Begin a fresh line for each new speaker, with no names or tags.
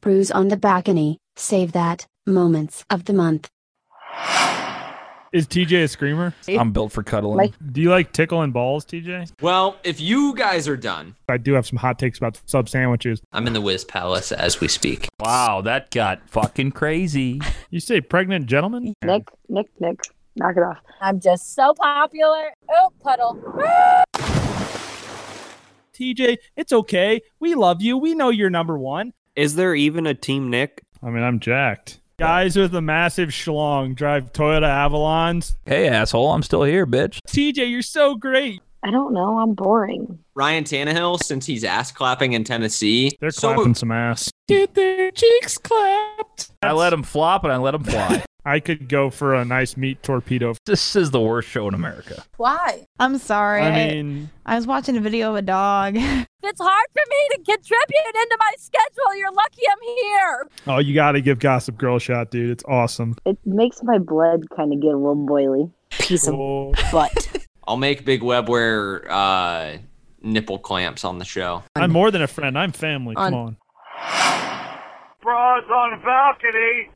Bruise on the balcony, save that, moments of the month.
Is TJ a screamer?
I'm built for cuddling.
Like-
Do you like tickle and balls, TJ?
Well, if you guys are done,
I do have some hot takes about sub sandwiches.
I'm in the Wiz Palace as we speak.
wow, that got fucking crazy.
You say pregnant gentleman?
Nick, Nick, Nick, knock it off.
I'm just so popular. Oh, puddle.
TJ, it's okay. We love you. We know you're number one.
Is there even a team Nick?
I mean, I'm jacked. Guys with a massive schlong drive Toyota Avalons.
hey, asshole, I'm still here, bitch.
TJ, you're so great.
I don't know. I'm boring.
Ryan Tannehill, since he's ass clapping in Tennessee,
They're
so
clapping some ass.
Get their cheeks clapped.
I let him flop and I let him fly.
I could go for a nice meat torpedo.
this is the worst show in America.
Why?
I'm sorry. I,
I mean,
I was watching a video of a dog.
If it's hard for me to contribute into my schedule, you're lucky I'm here.
oh, you got to give Gossip Girl a shot, dude. It's awesome.
It makes my blood kind of get a little boily.
Piece
Oh,
butt.
I'll make Big Web wear uh, nipple clamps on the show.
I'm more than a friend. I'm family. Come on.